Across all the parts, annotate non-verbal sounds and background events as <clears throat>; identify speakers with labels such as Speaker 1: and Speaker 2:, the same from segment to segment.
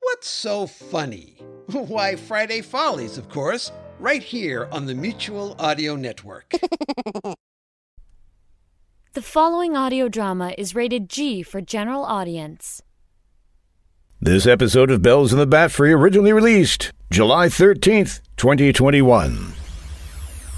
Speaker 1: What's so funny? <laughs> Why, Friday Follies, of course, right here on the Mutual Audio Network.
Speaker 2: The following audio drama is rated G for general audience.
Speaker 3: This episode of Bells in the Bat Free originally released July 13th, 2021.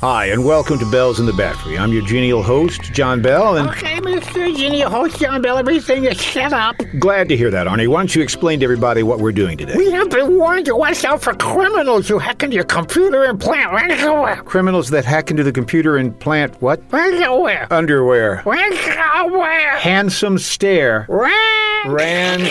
Speaker 3: Hi, and welcome to Bells in the Bat Free. I'm your genial host, John Bell, and
Speaker 4: Okay, Mr. Genial Host John Bell, everything is set up.
Speaker 3: glad to hear that, Arnie. Why don't you explain to everybody what we're doing today?
Speaker 4: We have been warned to watch out for criminals who hack into your computer and plant ransomware.
Speaker 3: Criminals that hack into the computer and plant what?
Speaker 4: Ransomware.
Speaker 3: Underwear.
Speaker 4: Ransomware.
Speaker 3: Handsome stare. Ran-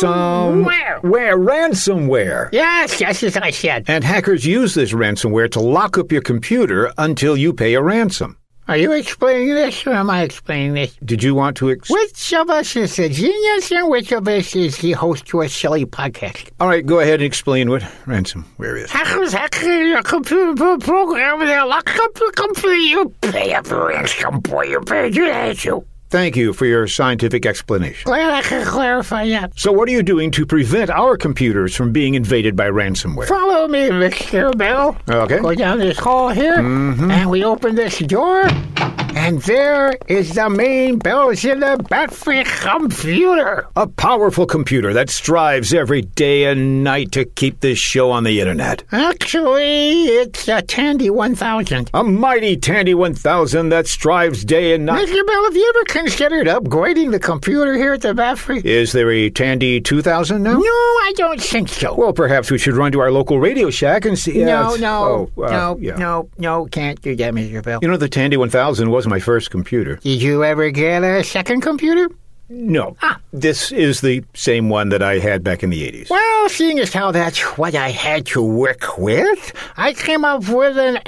Speaker 3: Some.
Speaker 4: Ransomware.
Speaker 3: Where? Ransomware.
Speaker 4: Yes, yes, as I said.
Speaker 3: And hackers use this ransomware to lock up your computer until you pay a ransom.
Speaker 4: Are you explaining this or am I explaining this?
Speaker 3: Did you want to explain?
Speaker 4: Which of us is the genius and which of us is the host to a silly podcast?
Speaker 3: All right, go ahead and explain what ransomware is.
Speaker 4: Hackers hack into your computer program and they lock up the computer. You pay up the ransom, boy. You pay it you.
Speaker 3: Thank you for your scientific explanation.
Speaker 4: Glad I could clarify that.
Speaker 3: So, what are you doing to prevent our computers from being invaded by ransomware?
Speaker 4: Follow me, Mr. Bell.
Speaker 3: Okay.
Speaker 4: Go down this hall here, and we open this door, and there is the main bells in the battery computer.
Speaker 3: A powerful computer that strives every day and night to keep this show on the internet.
Speaker 4: Actually, it's a eh, Tandy 1000.
Speaker 3: A mighty Tandy 1000 that strives day and night.
Speaker 4: Mr. Bell, have you ever considered upgrading the computer here at the battery?
Speaker 3: Is there a Tandy 2000 now?
Speaker 4: No, I don't think so.
Speaker 3: Well, perhaps we should run to our local radio shack and see.
Speaker 4: no,
Speaker 3: uh,
Speaker 4: no,
Speaker 3: oh, uh,
Speaker 4: no,
Speaker 3: yeah.
Speaker 4: no, no, can't do that, Mr. Bell.
Speaker 3: You know, the Tandy 1000 was my first computer.
Speaker 4: Did you ever get a second computer?
Speaker 3: No.
Speaker 4: Ah.
Speaker 3: This is the same one that I had back in the 80s.
Speaker 4: Well, seeing as how that's what I had to work with, I came up with an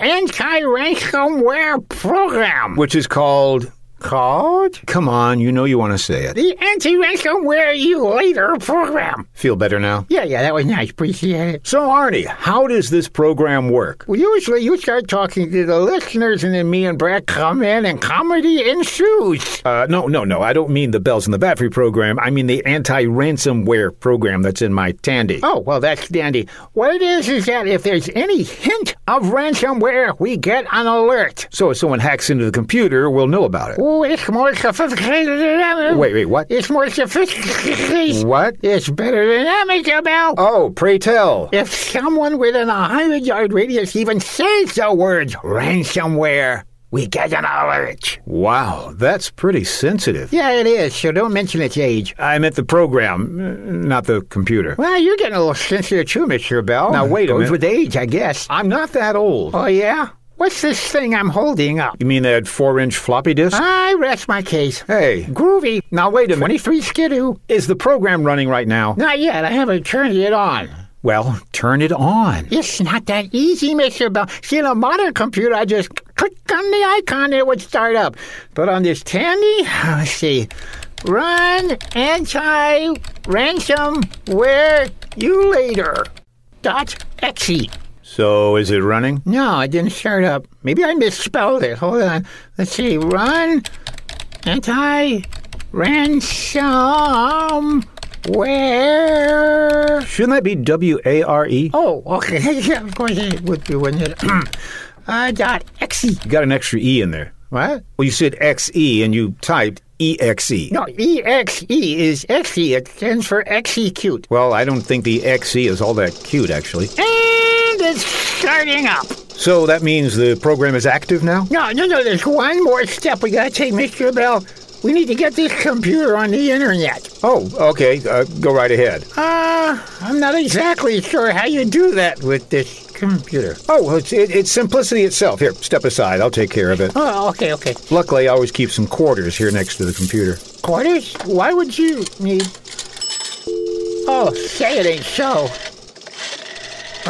Speaker 4: anti-ransomware program.
Speaker 3: Which is called.
Speaker 4: Called?
Speaker 3: Come on, you know you want to say it.
Speaker 4: The Anti-Ransomware You Later program.
Speaker 3: Feel better now?
Speaker 4: Yeah, yeah, that was nice. Appreciate it.
Speaker 3: So, Arnie, how does this program work?
Speaker 4: Well, usually you start talking to the listeners, and then me and Brad come in, and comedy ensues.
Speaker 3: Uh, no, no, no. I don't mean the Bells in the Bat Free program. I mean the anti ransomware program that's in my Tandy.
Speaker 4: Oh, well, that's dandy. What it is is that if there's any hint of ransomware, we get an alert.
Speaker 3: So, if someone hacks into the computer, we'll know about it.
Speaker 4: Oh, it's more sophisticated than ever.
Speaker 3: Wait, wait, what?
Speaker 4: It's more sophisticated.
Speaker 3: What?
Speaker 4: It's better than amateur bell.
Speaker 3: Oh, pray tell.
Speaker 4: If someone within a hundred yard radius even says the words ransomware, we get an alert.
Speaker 3: Wow, that's pretty sensitive.
Speaker 4: Yeah, it is. So don't mention its age.
Speaker 3: I meant the program, uh, not the computer.
Speaker 4: Well, you're getting a little sensitive too, Mr. Bell.
Speaker 3: Now, wait a minute.
Speaker 4: Goes with age, I guess.
Speaker 3: I'm not that old.
Speaker 4: Oh yeah. What's this thing I'm holding up?
Speaker 3: You mean that four inch floppy disk?
Speaker 4: I rest my case.
Speaker 3: Hey,
Speaker 4: Ah, Groovy.
Speaker 3: now wait a minute.
Speaker 4: Twenty-three skidoo.
Speaker 3: Is the program running right now?
Speaker 4: Not yet. I haven't turned it on.
Speaker 3: Well, turn it on.
Speaker 4: It's not that easy, Mr. Bell. See, in a modern computer, I just click on the icon, it would start up. But on this Tandy, <sighs> let's see. Run anti ransomware you later. Dot exe.
Speaker 3: So, is it running?
Speaker 4: No, it didn't start up. Maybe I misspelled it. Hold on. Let's see. Run anti ransomware
Speaker 3: Shouldn't that be W A R E?
Speaker 4: Oh, okay. <laughs> yeah, of course it would be, wouldn't it? <clears throat> uh, dot exe.
Speaker 3: You got an extra E in there.
Speaker 4: What?
Speaker 3: Well, you said X E and you typed E X E.
Speaker 4: No, exe is exe. It stands for E execute.
Speaker 3: Well, I don't think the X E is all that cute, actually.
Speaker 4: And it's starting up.
Speaker 3: So that means the program is active now?
Speaker 4: No, no, no. There's one more step we gotta take, Mr. Bell. We need to get this computer on the internet.
Speaker 3: Oh, okay. Uh, go right ahead.
Speaker 4: Uh, I'm not exactly sure how you do that with this computer.
Speaker 3: Oh, well, it's, it, it's simplicity itself. Here, step aside. I'll take care of it.
Speaker 4: Oh, okay, okay.
Speaker 3: Luckily, I always keep some quarters here next to the computer.
Speaker 4: Quarters? Why would you need? Oh, say it ain't so.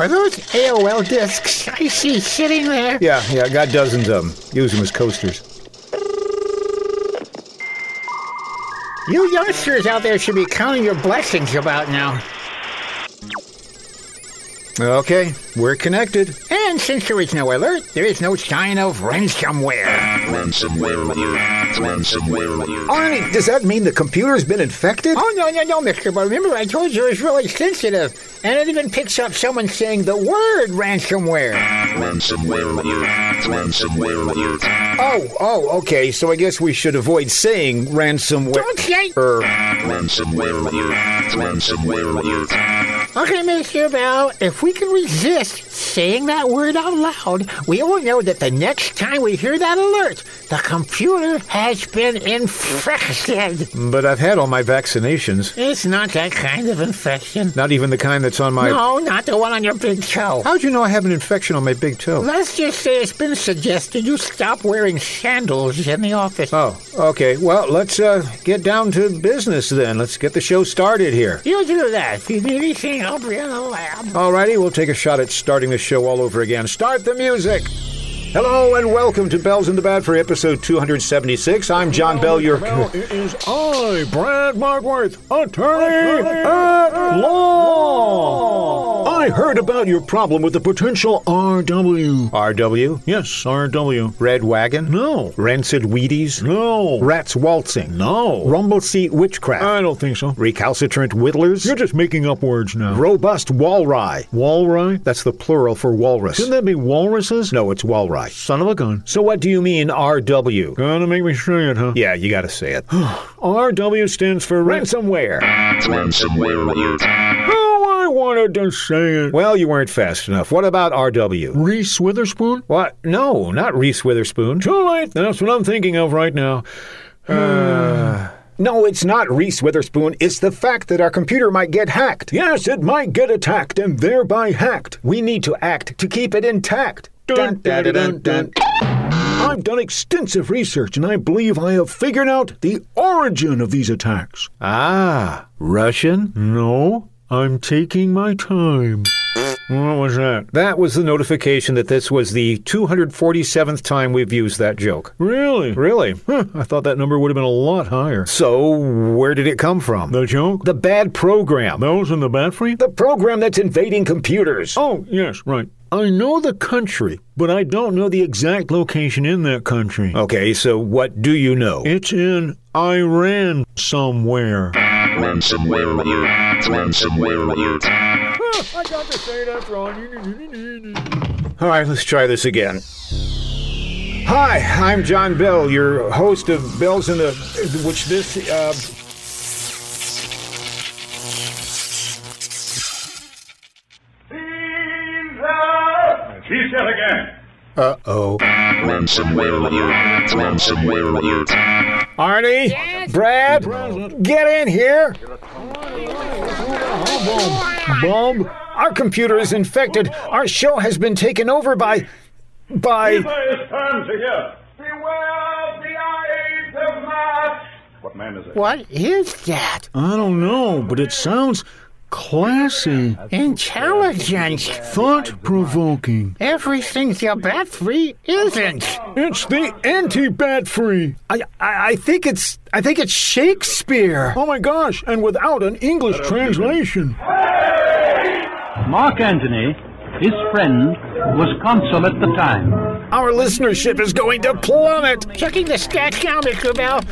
Speaker 4: Are those AOL discs I see sitting there?
Speaker 5: Yeah, yeah, I got dozens of them. Use them as coasters.
Speaker 4: You youngsters out there should be counting your blessings about now.
Speaker 5: Okay, we're connected.
Speaker 4: And since there is no alert, there is no sign of ransomware.
Speaker 6: Ransomware alert. Ransomware alert.
Speaker 5: Arnie, does that mean the computer's been infected?
Speaker 4: Oh, no, no, no, mister, but remember I told you it's really sensitive. And it even picks up someone saying the word ransomware.
Speaker 6: Ransomware alert. Ransomware alert.
Speaker 5: Oh, oh, okay. So I guess we should avoid saying ransomware.
Speaker 4: Don't say-
Speaker 5: Er,
Speaker 6: Ransomware alert. Ransomware alert.
Speaker 4: Okay, Mr. Bell, if we can resist saying that word out loud, we will know that the next time we hear that alert, the computer has been infected.
Speaker 5: but I've had all my vaccinations.
Speaker 4: It's not that kind of infection.
Speaker 5: Not even the kind that's on my.
Speaker 4: No, not the one on your big toe.
Speaker 5: How'd you know I have an infection on my big toe?
Speaker 4: Let's just say it's been suggested you stop wearing sandals in the office.
Speaker 5: Oh, okay. Well, let's uh, get down to business then. Let's get the show started here.
Speaker 4: You do that. If you need anything, I'll be in the lab.
Speaker 5: Alrighty, we'll take a shot at starting the show all over again. Start the music! Hello and welcome to Bells in the Bad for episode 276. I'm John Bell, your.
Speaker 3: It is I, Brad Markworth, attorney at law. I heard about your problem with the potential RW.
Speaker 5: RW,
Speaker 3: Yes, RW.
Speaker 5: Red Wagon,
Speaker 3: No.
Speaker 5: Rancid Wheaties,
Speaker 3: No.
Speaker 5: Rats Waltzing,
Speaker 3: No.
Speaker 5: Rumble Seat Witchcraft,
Speaker 3: I don't think so.
Speaker 5: Recalcitrant Whittlers,
Speaker 3: You're just making up words now.
Speaker 5: Robust Walry.
Speaker 3: Walrus?
Speaker 5: That's the plural for walrus.
Speaker 3: Shouldn't that be walruses?
Speaker 5: No, it's walry.
Speaker 3: Son of a gun.
Speaker 5: So what do you mean RW?
Speaker 3: Gonna make me say it, huh?
Speaker 5: Yeah, you gotta say
Speaker 3: <sighs>
Speaker 5: it.
Speaker 3: RW stands for ransom.
Speaker 5: Ransomware.
Speaker 6: Ransomware alert.
Speaker 3: Oh, I wanted to say it.
Speaker 5: Well, you weren't fast enough. What about RW?
Speaker 3: Reese Witherspoon?
Speaker 5: What? No, not Reese Witherspoon.
Speaker 3: Too late. That's what I'm thinking of right now.
Speaker 5: <sighs> No, it's not Reese Witherspoon. It's the fact that our computer might get hacked.
Speaker 3: Yes, it might get attacked and thereby hacked.
Speaker 5: We need to act to keep it intact.
Speaker 3: Dun, dun, dun, dun. I've done extensive research and I believe I have figured out the origin of these attacks.
Speaker 5: Ah, Russian?
Speaker 3: No, I'm taking my time. What was that?
Speaker 5: That was the notification that this was the 247th time we've used that joke.
Speaker 3: Really?
Speaker 5: Really?
Speaker 3: Huh, I thought that number would have been a lot higher.
Speaker 5: So, where did it come from?
Speaker 3: The joke?
Speaker 5: The bad program.
Speaker 3: Those in the battery?
Speaker 5: The program that's invading computers.
Speaker 3: Oh, yes, right. I know the country, but I don't know the exact location in that country.
Speaker 5: Okay, so what do you know?
Speaker 3: It's in Iran somewhere.
Speaker 6: Ransomware alert. Ransomware alert.
Speaker 3: <laughs> I got to say it after all.
Speaker 5: All right, let's try this again. Hi, I'm John Bell, your host of Bells in the. which this. Uh,
Speaker 7: He's yet again.
Speaker 5: uh oh.
Speaker 6: Ransomware alert. Ransomware alert.
Speaker 5: Arnie? Brad? Get in here!
Speaker 3: Bob,
Speaker 5: Our computer is infected. Our show has been taken over by. by.
Speaker 7: His terms are here. Beware the eyes of March. What man is it?
Speaker 4: What is that?
Speaker 3: I don't know, but it sounds classy,
Speaker 4: Intelligence.
Speaker 3: thought provoking.
Speaker 4: Everything's your bat free isn't.
Speaker 3: It's the anti bat free.
Speaker 5: I, I, I think it's. I think it's Shakespeare.
Speaker 3: Oh my gosh, and without an English translation.
Speaker 8: Mark Antony, his friend, was consul at the time.
Speaker 5: Our listenership is going to plummet.
Speaker 4: Checking the stats now, Mr. Bell.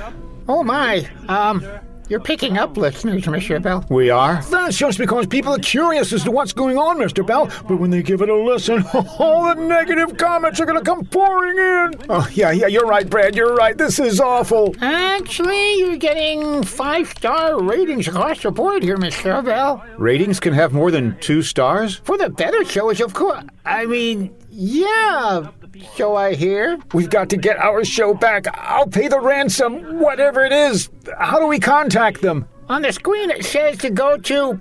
Speaker 4: Oh my. Um, you're picking up listeners, Mr. Bell.
Speaker 5: We are?
Speaker 3: That's just because people are curious as to what's going on, Mr. Bell, but when they give it a listen, <laughs> all the negative comments are going to come pouring in.
Speaker 5: Oh, yeah, yeah, you're right, Brad. You're right. This is awful.
Speaker 4: Actually, you're getting five star ratings across the board here, Mr. Bell.
Speaker 5: Ratings can have more than two stars?
Speaker 4: For the better shows, of course. I mean, yeah. So I hear.
Speaker 5: We've got to get our show back. I'll pay the ransom, whatever it is. How do we contact them?
Speaker 4: On the screen, it says to go to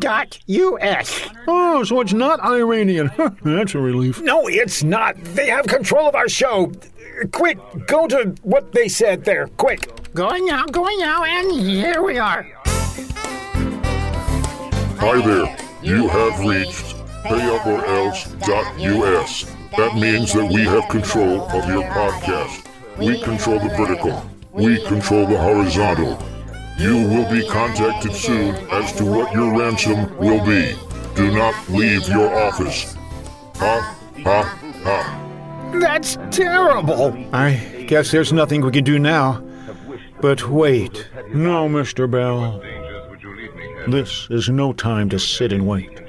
Speaker 4: payuporelse.us.
Speaker 3: Oh, so it's not Iranian. That's a relief.
Speaker 5: No, it's not. They have control of our show. Quick, go to what they said there. Quick.
Speaker 4: Going now, going now, and here we are.
Speaker 2: Hi there. You have reached payuporelse.us. That means that we have control of your podcast. We control the vertical. We control the horizontal. You will be contacted soon as to what your ransom will be. Do not leave your office. Ha, ha, ha.
Speaker 3: That's terrible. I guess there's nothing we can do now. But wait. No, Mr. Bell. This is no time to sit and wait.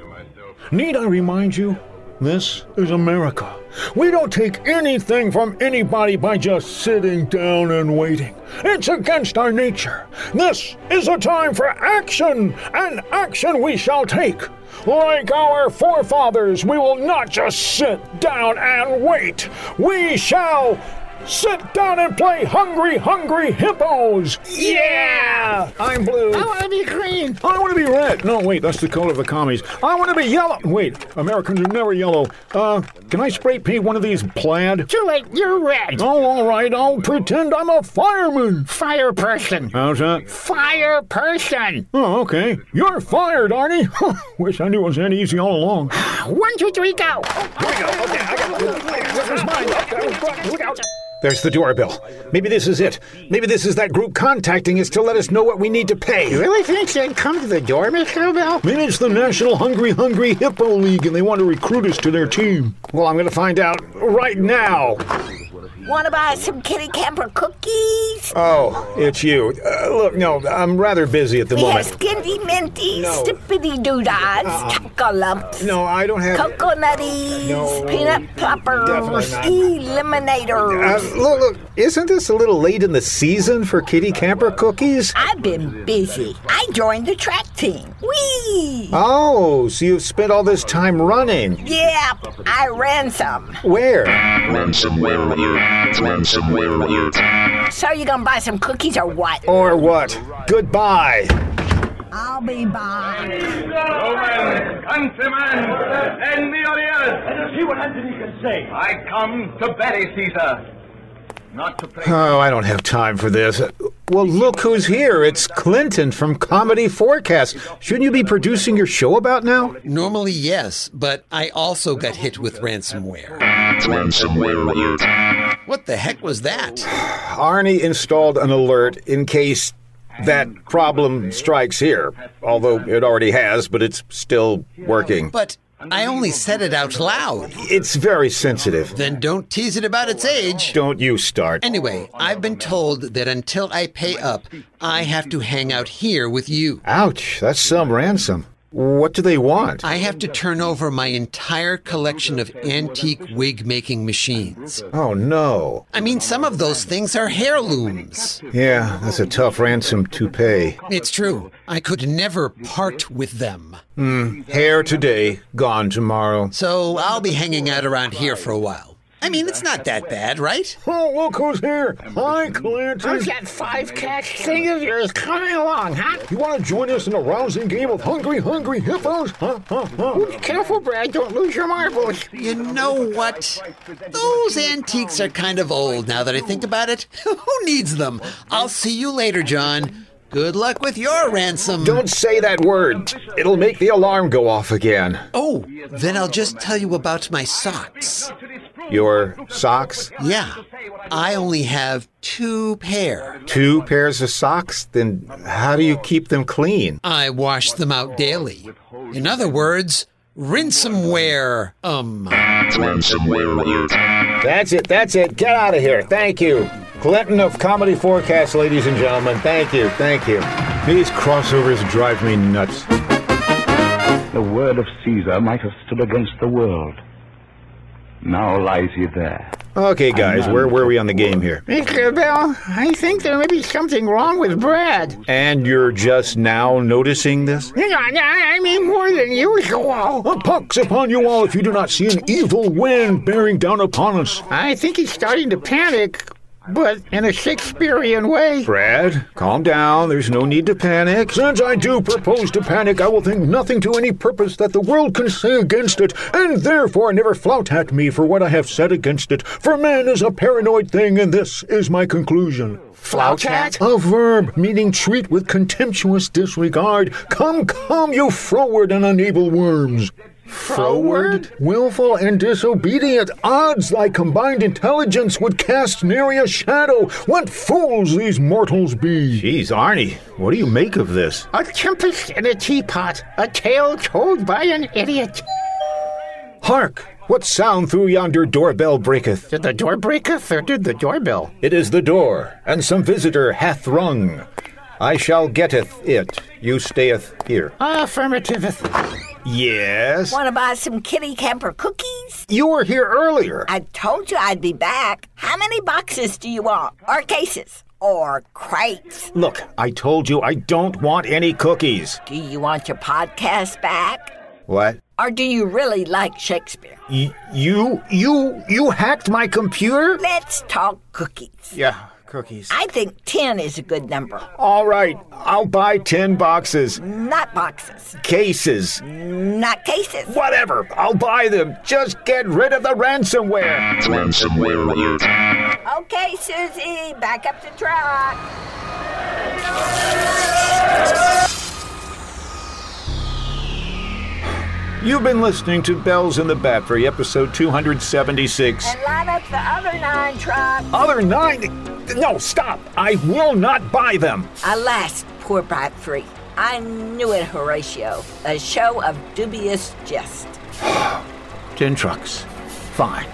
Speaker 3: Need I remind you? This is America. We don't take anything from anybody by just sitting down and waiting. It's against our nature. This is a time for action, and action we shall take. Like our forefathers, we will not just sit down and wait. We shall sit down and play hungry, hungry hippos. Yeah! I'm blue.
Speaker 4: I want to be green.
Speaker 3: I want to be red. No, wait, that's the color of the commies. I want to be yellow. Wait, Americans are never yellow. Uh, can I spray paint one of these plaid?
Speaker 4: Too late. You're red.
Speaker 3: Oh, all right, I'll pretend I'm a fireman.
Speaker 4: Fire person.
Speaker 3: How's that?
Speaker 4: Fire person.
Speaker 3: Oh, okay. You're fired, Arnie. <laughs> Wish I knew it was that easy all along.
Speaker 4: One, two, three, go.
Speaker 3: Here we go. Okay, I got That was mine. That was- Look out. There's the doorbell. Maybe this is it. Maybe this is that group contacting us to let us know what we need to
Speaker 4: You
Speaker 3: pay.
Speaker 4: really think they'd come to the door, Mr. Bell?
Speaker 3: Maybe it's the National Hungry Hungry Hippo League and they want to recruit us to their team. Well, I'm going to find out right now.
Speaker 9: Want to buy some kitty camper cookies?
Speaker 3: Oh, it's you. Uh, look, no, I'm rather busy at the
Speaker 9: We
Speaker 8: Oh,
Speaker 9: have
Speaker 3: moment.
Speaker 9: skinny minty,
Speaker 3: No.
Speaker 9: stippity doodads, chocolate lumps,
Speaker 3: No, I don't have.
Speaker 9: coconutties,
Speaker 3: No.
Speaker 9: peanut poppers,
Speaker 3: Definitely Uh,
Speaker 9: eliminators.
Speaker 3: look, look, isn't this a little late in the season for kitty camper cookies?
Speaker 9: I've been busy. I joined the track team. Whee!
Speaker 3: Oh, so you've spent all this time running.
Speaker 9: Yeah, I ran some.
Speaker 3: Where?
Speaker 6: Ransomware alert. Ransomware alert.
Speaker 9: So you gonna buy some cookies or what?
Speaker 3: Or what? Goodbye.
Speaker 9: I'll be back.
Speaker 7: Roman, countrymen, and the audience. Let us see what Antony can say. I come to bury Caesar, not to play.
Speaker 3: Oh, I don't have time for this. Well, look who's here. It's Clinton from Comedy Forecast. Shouldn't you be producing your show about now?
Speaker 1: <laughs> Normally, yes, but I also got hit with ransomware.
Speaker 6: Ransomware alert.
Speaker 1: What the heck was that?
Speaker 3: Arnie installed an alert in case that problem strikes here, although it already has, but it's still working.
Speaker 1: But I only said it out loud.
Speaker 3: It's very sensitive.
Speaker 1: Then don't tease it about its age.
Speaker 3: Don't you start.
Speaker 1: Anyway, I've been told Oh, that until I pay up, I have to hang out here with you.
Speaker 3: Ouch, that's some ransom. What do they want?
Speaker 1: I have to turn over my entire collection of antique wig making machines.
Speaker 3: Oh, no.
Speaker 1: I mean, some of those things are heirlooms.
Speaker 3: Yeah, that's a tough ransom to pay.
Speaker 1: It's true. I could never part with them.
Speaker 3: Hair today, gone tomorrow.
Speaker 1: So I'll be hanging out around here for a while. I mean, it's not that bad, right?
Speaker 3: Oh, look who's here. Hi, Clinton.
Speaker 4: How's that five catch thing of yours coming along, huh?
Speaker 3: You want to join us in a rousing game of hungry, hungry hippos? Huh, huh, huh.
Speaker 4: Careful, Brad, don't lose your marbles.
Speaker 1: You know what? Those antiques are kind of old now that I think about it. <laughs> Who needs them? I'll see you later, John. Good luck with your ransom.
Speaker 3: Don't say that word. It'll make the alarm go off again.
Speaker 1: Oh, then I'll just tell you about my socks.
Speaker 3: Your socks?
Speaker 1: Yeah, I only have two pair.
Speaker 3: Two pairs of socks? Then how do you keep them clean?
Speaker 1: I wash them out daily. In other words, rinsomware. Um,
Speaker 6: Ransomware alert.
Speaker 3: That's it. That's it. Get out of here. Thank you. Clinton of Comedy Forecast, ladies and gentlemen. Thank you. Thank you. These crossovers drive me nuts.
Speaker 8: The word of Caesar might have stood against the world. Now lies he there.
Speaker 3: Okay, guys, where were we on the game here?
Speaker 4: Mr. Bell, I think there may be something wrong with Brad.
Speaker 3: And you're just now noticing this?
Speaker 4: Hang on, I I mean more than usual.
Speaker 3: A pox upon you all if you do not see an evil wind bearing down upon us.
Speaker 4: I think he's starting to panic.
Speaker 10: but in a Shakespearean way.
Speaker 3: Brad, calm down. There's no need to panic. Since I do propose to panic, I will think nothing to any purpose that the world can say against it, and therefore never flout at me for what I have said against it. For man is a paranoid thing, and this is my conclusion.
Speaker 10: Flout at?
Speaker 3: A verb meaning treat with contemptuous disregard. Come, come, you froward and unable worms. Froward? Willful and disobedient. Odds thy combined intelligence would cast nary a shadow. What fools these mortals be. Jeez, Arnie, what do you make of this?
Speaker 10: A tempest in a teapot, a tale told by an idiot.
Speaker 3: Hark! What sound through yonder doorbell breaketh?
Speaker 10: Did the door breaketh, or did the doorbell?
Speaker 3: It is the door, and some visitor hath rung. I shall getteth it. You stayeth here.
Speaker 10: Affirmativeth.
Speaker 3: Yes?
Speaker 4: Want to buy some kitty camper cookies?
Speaker 3: You were here earlier.
Speaker 4: I told you I'd be back. How many boxes do you want? Or cases? Or crates?
Speaker 3: Look, I told you I don't want any cookies.
Speaker 4: Do you want your podcast back?
Speaker 3: What?
Speaker 4: Or do you really like Shakespeare?
Speaker 3: Y- you, you, you hacked my computer?
Speaker 4: Let's talk cookies.
Speaker 3: Yeah, cookies.
Speaker 4: I think 10 is a good number.
Speaker 3: All right, I'll buy 10 boxes,
Speaker 4: Not boxes,
Speaker 3: cases,
Speaker 4: not cases.
Speaker 3: whatever. I'll buy them. Just get rid of the ransomware.
Speaker 6: Ransomware alert.
Speaker 4: Okay, Susie, back up the truck.
Speaker 3: You've been listening to Bells in the Battery, episode 276.
Speaker 4: And line up the other nine trucks.
Speaker 3: Other nine. No, stop. I will not buy them.
Speaker 4: Alas, poor Bat Free. I knew it, Horatio. A show of dubious jest.
Speaker 3: Tin trucks. Fine.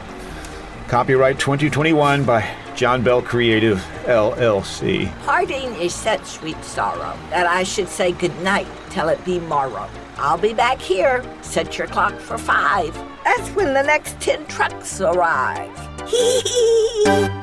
Speaker 3: Copyright 2021 by John Bell Creative, LLC.
Speaker 4: Parting is such sweet sorrow that I should say good night till it be morrow. I'll be back here. Set your clock for five. That's when the next ten trucks arrive. Hee hee.